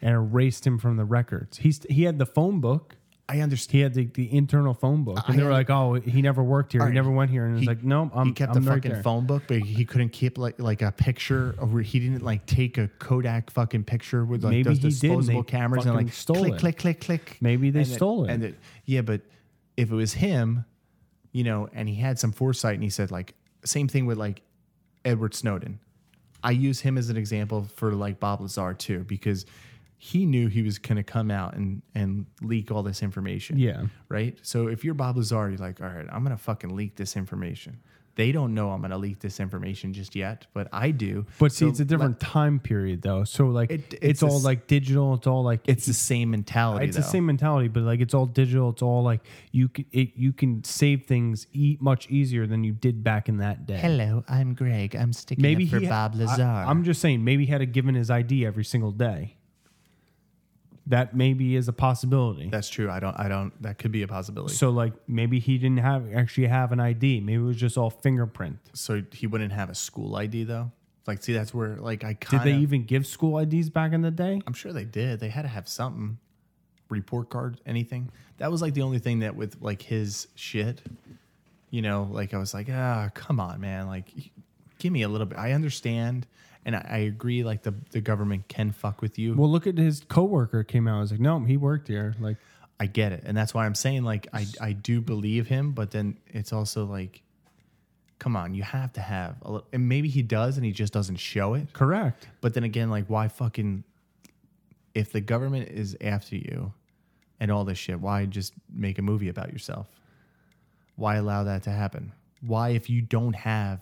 C: and erased him from the records. He's, he had the phone book.
A: i understand
C: He had the, the internal phone book. And they were like, oh, he never worked here. He never went here. And it's like, no, I'm
A: he kept
C: I'm
A: the
C: right
A: fucking
C: there."
A: phone book, but he couldn't keep like like a picture. Or he didn't like take a Kodak fucking picture with like
C: Maybe
A: those
C: he did, and
A: disposable
C: they
A: cameras and
C: fucking
A: like
C: stole
A: click
C: it.
A: click click click.
C: Maybe they
A: And
C: stole it.
A: And yeah, but if it was him, you know, and he had some foresight, and he said like same thing with like Edward Snowden. I use him as an example for like Bob Lazar too, because he knew he was going to come out and and leak all this information.
C: Yeah.
A: Right. So if you're Bob Lazar, you're like, all right, I'm going to fucking leak this information. They don't know I'm going to leak this information just yet, but I do.
C: But see,
A: So
C: it's a different time period, though. So, like,
A: It-
C: it's,
A: it's a
C: all
A: s-
C: like digital. It's all like,
A: it's the same mentality.
C: it's the
A: though.
C: same mentality, but like it's all digital. It's all like you can it, you can save things e- much easier than you did back in that day.
A: Hello, I'm Greg. I'm sticking
C: Maybe
A: up for
C: he,
A: Bob
C: I-
A: Lazar.
C: I'm just saying, maybe he had a given his ID every single day. That maybe is a possibility.
A: That's true. I don't. I don't. That could be a possibility. So,
C: so like maybe he didn't have actually have an ID. Maybe it was just all fingerprint.
A: so he wouldn't have a school ID though. Like, see, that's where like I
C: Did
A: kind
C: they even give school IDs back in the day?
A: I'm sure they did. They had to have something, report card, anything. That was like the only thing that with like his shit, you know, like I was like, ah, come on, man, like give me a little bit. I understand, and I, I agree. Like the the government can fuck with you.
C: Well, look at his coworker came out. I was like, no, he worked here. Like
A: I get it, and that's why I'm saying like I I do believe him, but then it's also like, come on, you have to have a little, and maybe he does, and he just doesn't show it.
C: correct.
A: But then again, like, why fucking? If the government is after you, and all this shit, why just make a movie about yourself? Why allow that to happen? Why, if you don't have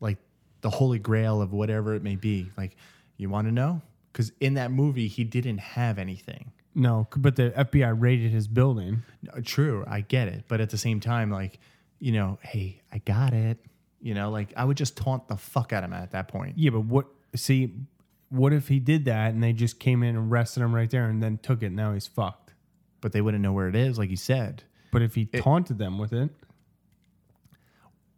A: like the holy grail of whatever it may be, like, you want to know? Because in that movie, he didn't have anything.
C: No, c- but the FBI raided his building.
A: Uh, True, I get it, but at the same time, like, you know, hey, I got it. You know, like I would just taunt the fuck out of him at that point.
C: Yeah, but what? See, what if he did that and they just came in and arrested him right there and then took it? Now he's fucked.
A: But they wouldn't know where it is, like you said.
C: But if he taunted them with it,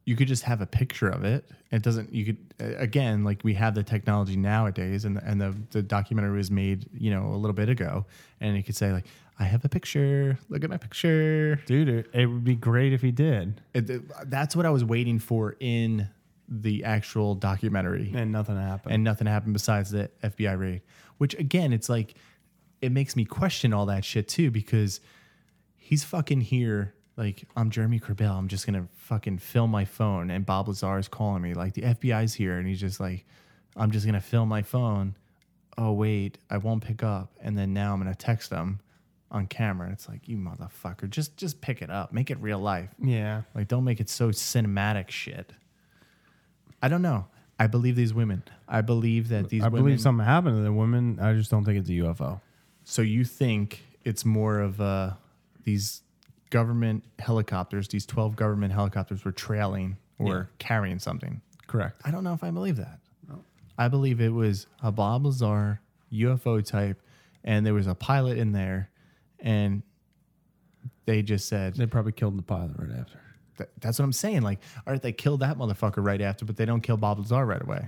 A: you could just have a picture of it. It doesn't. You could uh, again, like we have the technology nowadays, and and the the documentary was made, you know, a little bit ago, and it could say like, I have a picture. Look at my picture.
C: dude, it, it would be great if he did,
A: It- it- that's what I was waiting for in the actual documentary,
C: and nothing happened.
A: and nothing happened besides the FBI raid. Which again, it's like, it makes me question all that shit too because he's fucking here. Like, I'm Jeremy Corbell. I'm just gonna fucking film my phone. And Bob Lazar is calling me. Like, the FBI's here, and he's just like, I'm just gonna film my phone. Oh wait, I won't pick up. And then now I'm gonna text them on camera. It's like, you motherfucker, just just pick it up. Make it real life.
C: yeah,
A: Like, don't make it so cinematic shit. I don't know. I believe these women. I believe that these
C: I
A: women.
C: believe something happened to the woman. I just don't think it's a UFO.
A: So you think it's more of uh, these government helicopters, these 12 government helicopters were trailing or carrying something.
C: Correct.
A: I don't know if I believe that. I believe it was a Bob Lazar UFO type, and there was a pilot in there, and they just said,
C: They probably killed the pilot right after.
A: Th- that's what I'm saying. Like, all right, they killed that motherfucker right after, but they don't kill Bob Lazar right away.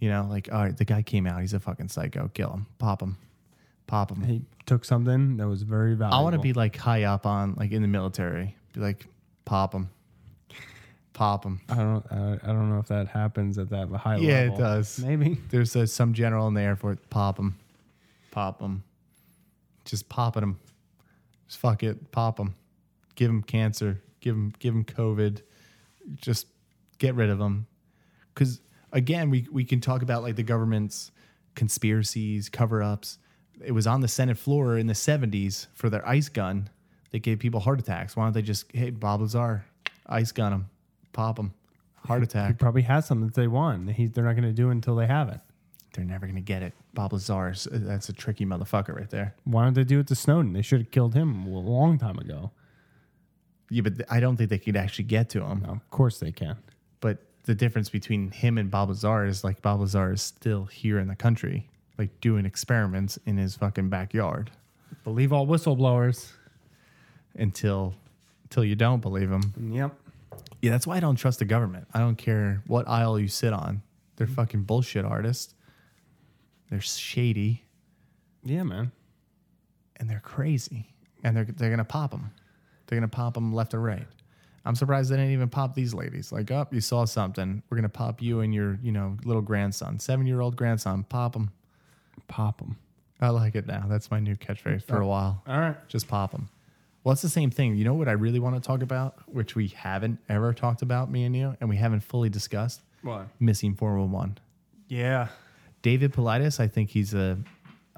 A: You know, like, all right, the guy came out. He's a fucking psycho. Kill him. Pop him. Pop him.
C: He took something that was very valuable.
A: I want to be like high up on, like in the military. Be like, pop him. Pop him.
C: I don't. I, I don't know if that happens at that high level.
A: Yeah, it does.
C: Maybe.
A: There's uh, some general in the Air Force. Pop him. Pop him. Just popping him. Just fuck it. Pop him. Give him cancer. Give him. Give him COVID. Just get rid of him. because again, we we can talk about like the government's conspiracies, cover ups. It was on the Senate floor in the '70s for their ice gun that gave people heart attacks. Why don't they just hey Bob Lazar, ice gun him, pop him,
C: (laughs)
A: heart
C: He
A: attack?
C: probably has something that they want. that He, they're not going to do it until they have it.
A: They're never gonna get it. Bob Lazar, is- uh, that's a tricky motherfucker right there.
C: Why don't they do it to Snowden? They should have killed him a long time ago.
A: Yeah, but I don't think they could actually get to him.
C: Of course they can.
A: But the difference between him and Bob Lazar is like Bob Lazar is still here in the country, like doing experiments in his fucking backyard
C: Believe all whistleblowers.
A: until until you don't believe him.
C: Yep.
A: Yeah, that's why I don't trust the government. I don't care what aisle you sit on. They're fucking bullshit artists. They're shady
C: Yeah, man.
A: and they're crazy and they're they're gonna pop them. They're gonna pop them left or right. I'm surprised they didn't even pop these ladies. Like, oh, you saw something. We're gonna pop you and your you know little grandson, seven year old grandson. Pop them.
C: Pop them.
A: I like it now. That's my new catchphrase for a while.
C: All right.
A: Just pop them. Well, it's the same thing. You know what I really want to talk about, which we haven't ever talked about, me and you, and we haven't fully discussed?
C: What?
A: Missing 411.
C: Yeah.
A: David Politis, I think he's a,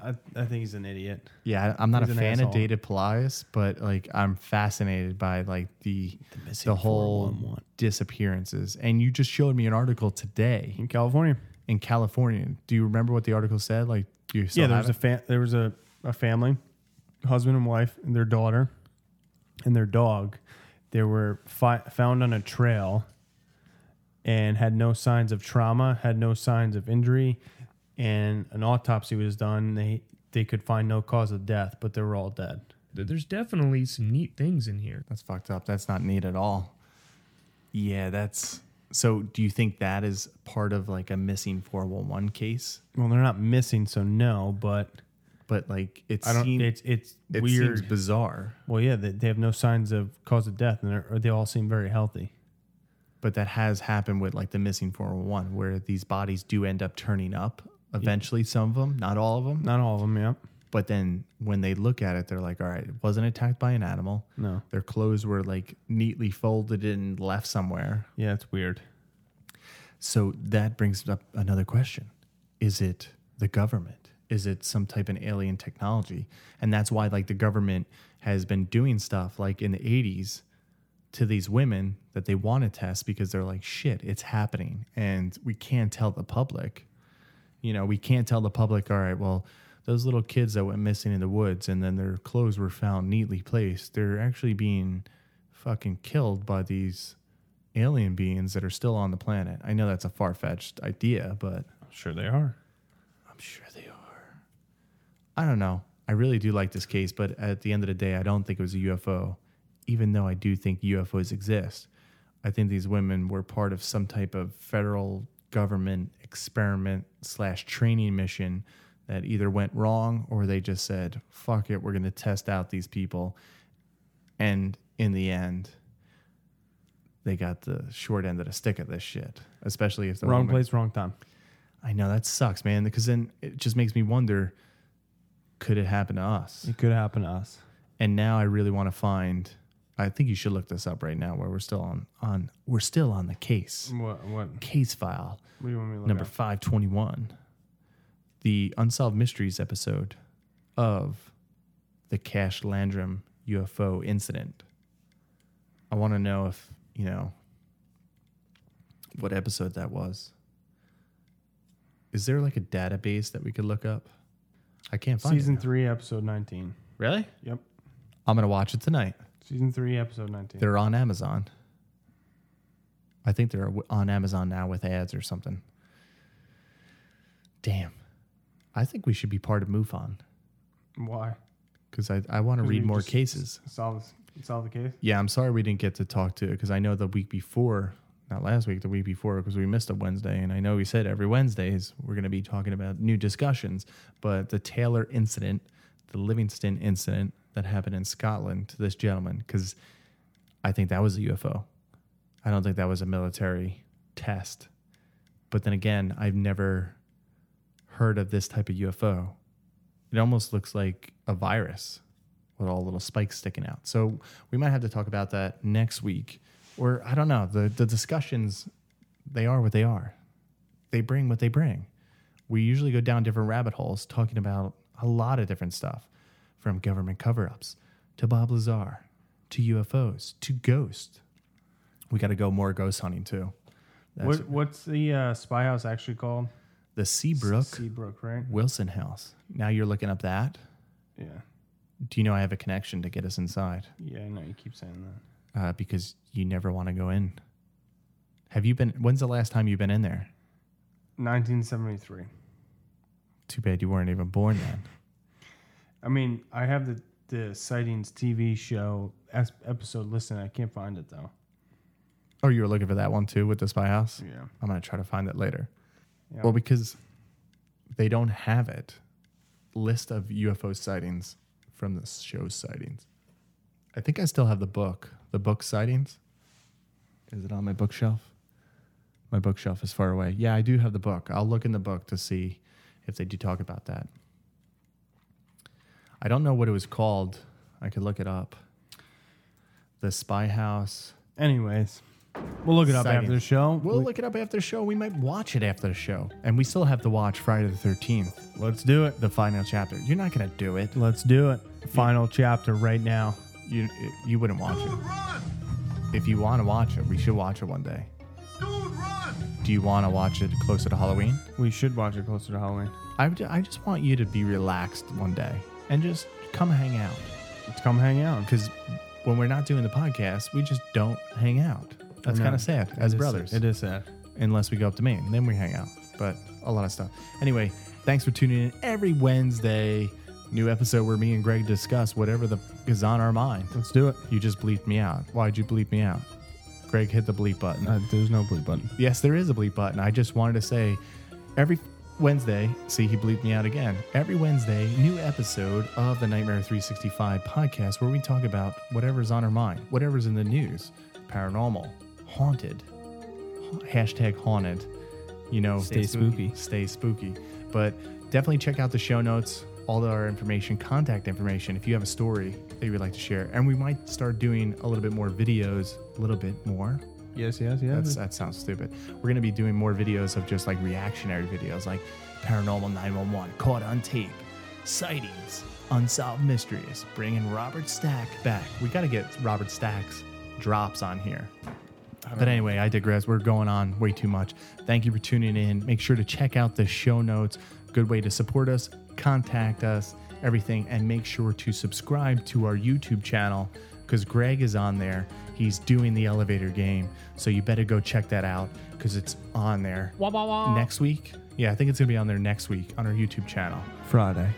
C: I, I think he's an idiot.
A: yeah, I'm not
C: He's
A: a
C: an
A: fan
C: asshole.
A: of David Politis, but like I'm fascinated by like the, the, whole
C: 411.
A: disappearances. And you just showed me an article today
C: In California.
A: in California. Do you remember what the article said? Like, do you still
C: yeah, there
A: have
C: was a
A: it?
C: fa- there was a, a family, husband and wife, and their daughter, and their dog. They were fi- found on a trail, and had no signs of trauma, had no signs of injury, and an autopsy was done. They they could find no cause of death, but they were all dead.
I: Th- There's definitely some neat things in here.
A: That's fucked up. That's not neat at all. Yeah, that's so. Do you think that is part of like a missing 411 case?
C: Well, they're not missing, so no. But
A: But like, it,
C: I don't.
A: seem-
C: it's it's
A: it
C: weird.
A: seems bizarre,
C: well, yeah, they, they have no signs of cause of death, and they're, they all seem very healthy.
A: but that has happened with like the missing 411 where these bodies do end up turning up eventually, some of them, not all of them.
C: Not all of them. Yeah.
A: But then when they look at it, they're like, all right, it wasn't attacked by an animal.
C: No.
A: Their clothes were like neatly folded and left somewhere.
C: Yeah, it's weird.
A: So that brings up another question. Is it the government? Is it some type of alien technology? And that's why like the government has been doing stuff like in the 80s to these women that they want to test because they're like shit, it's happening and we can't tell the public. You know, we can't tell the public, all right, well, those little kids that went missing in the woods and then their clothes were found neatly placed, they're actually being fucking killed by these alien beings that are still on the planet. I know that's a far fetched idea, but
C: Sure, they are.
A: I'm sure they are. I don't know. I really do like this case, but at the end of the day, I don't think it was a UFO, even though I do think UFOs exist. I think these women were part of some type of federal government experiment slash training mission that either went wrong or they just said, fuck it, we're going to test out these people. And in the end, they got the short end of the stick of this shit, especially if the
C: Wrong
A: woman-
C: place, wrong time.
A: I know that sucks, man. Because then it just makes me wonder: could it happen to us?
C: It could happen to us.
A: And now I really want to find. I think you should look this up right now, where we're still on on we're still on the case
C: What? What?
A: case file
C: What do you want me to look
A: number
C: at?
A: five twenty one, the unsolved mysteries episode of the Cash Landrum UFO incident. I want to know if you know what episode that was. Is there like a database that we could look up? I can't find
C: Season
A: it.
C: three, episode nineteen.
A: Really?
C: Yep.
A: I'm gonna watch it tonight.
C: Season three, episode nineteen.
A: They're on Amazon. I think they're w- on Amazon now with ads or something. Damn. I think we should be part of MUFON
C: Why?
A: because I, I want to read
C: we
A: more
C: just-
A: cases.
C: Solve this. Solve the case.
A: Yeah, I'm sorry we didn't get to talk to because I know the week before, not last week, the week before, because we missed a Wednesday. And I know we said every Wednesdays we're going to be talking about new discussions, but the Taylor incident, the Livingston incident that happened in Scotland to this gentleman, because I think that was a UFO. I don't think that was a military test. But then again, I've never heard of this type of UFO. It almost looks like a virus with all little spikes sticking out. So we might have to talk about that next week. Or I don't know. The the discussions, they are what they are. they bring what they bring. We usually go down different rabbit holes talking about a lot of different stuff from government cover ups to Bob Lazar to UFOs to ghosts. We got to go more ghost hunting too. That's
C: What, what's the uh, spy house actually called?
A: the Seabrook
C: Seabrook, right?
A: Wilson House. Now you're looking up that.
C: Yeah.
A: Do you know I have a connection to get us inside
C: Yeah, I know. You keep saying that.
A: uh, because you never want to go in? Have you been? When's the last time you've been in there?
C: 1973.
A: Too bad you weren't even born then.
C: I mean, I have the, the Sightings TV show es- episode listed. I can't find it, though.
A: Oh, you were looking for that one too with the spy house?
C: Yeah.
A: I'm gonna try to find that later. Well, because they don't have it. List of UFO sightings from the show's sightings. I think I still have the book. The book sightings. Is it on my bookshelf? My bookshelf is far away. Yeah, I do have the book. I'll look in the book to see if they do talk about that. I don't know what it was called. I could look it up. The spy house.
C: Anyways, we'll look it up
A: Sightings.
C: after the show.
A: We'll look it up after the show. We might watch it after the show. And we still have to watch Friday the 13th,
C: Let's do it.
A: the final chapter. You're not going to do it.
C: Let's do it. Final chapter right now.
A: You, you wouldn't watch it. If you want to watch it, we should watch it one day. Do you want to watch it closer to Halloween?
C: We should watch it closer to Halloween.
A: I, would- I just want you to be relaxed one day and just come hang out.
C: Let's come hang out.
A: Because when we're not doing the podcast, we just don't hang out. That's
C: I know.
A: kind of sad
C: It
A: as
C: is-
A: brothers.
C: It is sad.
A: unless we go up to Maine. Then we hang out. But a lot of stuff. Anyway, thanks for tuning in every Wednesday. New episode where me and Greg discuss whatever the is on our mind.
C: Let's do it.
A: You just bleeped me out. Why'd you bleep me out? Greg hit the bleep button.
C: Uh, there's no bleep button.
A: yes, there is a bleep button. I just wanted to say every Wednesday, see, he bleeped me out again. Every Wednesday, new episode of the Nightmare 365 podcast where we talk about whatever's on our mind, whatever's in the news, paranormal, haunted, hashtag haunted. You know,
C: Stay spooky.
A: Stay spooky. But definitely check out the show notes, all of our information, contact information if you have a story that you would like to share. And we might start doing a little bit more videos, a little bit more,
C: Yes, yes, yes.
A: that's, that sounds stupid. We're gonna be doing more videos of just like reactionary videos, like paranormal 911, caught on tape, sightings, unsolved mysteries, bringing Robert Stack back. We gotta get Robert Stack's drops on here. But anyway, I digress. We're going on way too much. Thank you for tuning in. Make sure to check out the show notes. Good way to support us, contact us, everything, and make sure to subscribe to our YouTube channel because Greg is on there. He's doing the elevator game. So you better go check that out because it's on there next week. Yeah, I think it's going to be on there next week on our YouTube channel.
C: Friday.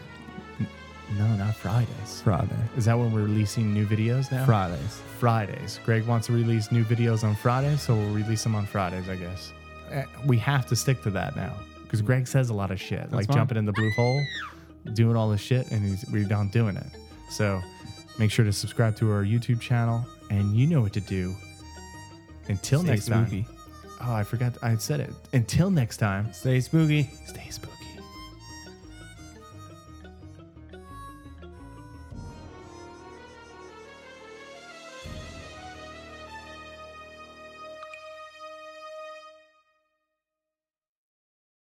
A: No, not Fridays.
C: Friday.
A: Is that when we're releasing new videos now?
C: Fridays.
A: Fridays. Greg wants to release new videos on Fridays, so we'll release them on Fridays, I guess. Eh, We have to stick to that now because Greg says a lot of shit, like
C: fine.
A: jumping in the blue hole, doing all this shit, and he's, we're not doing it. So make sure to subscribe to our YouTube channel, and you know what to do. Until
C: Stay
A: next
C: spooky.
A: time. Oh, I forgot I said it. Until next time,
C: Stay spooky.
A: stay spooky.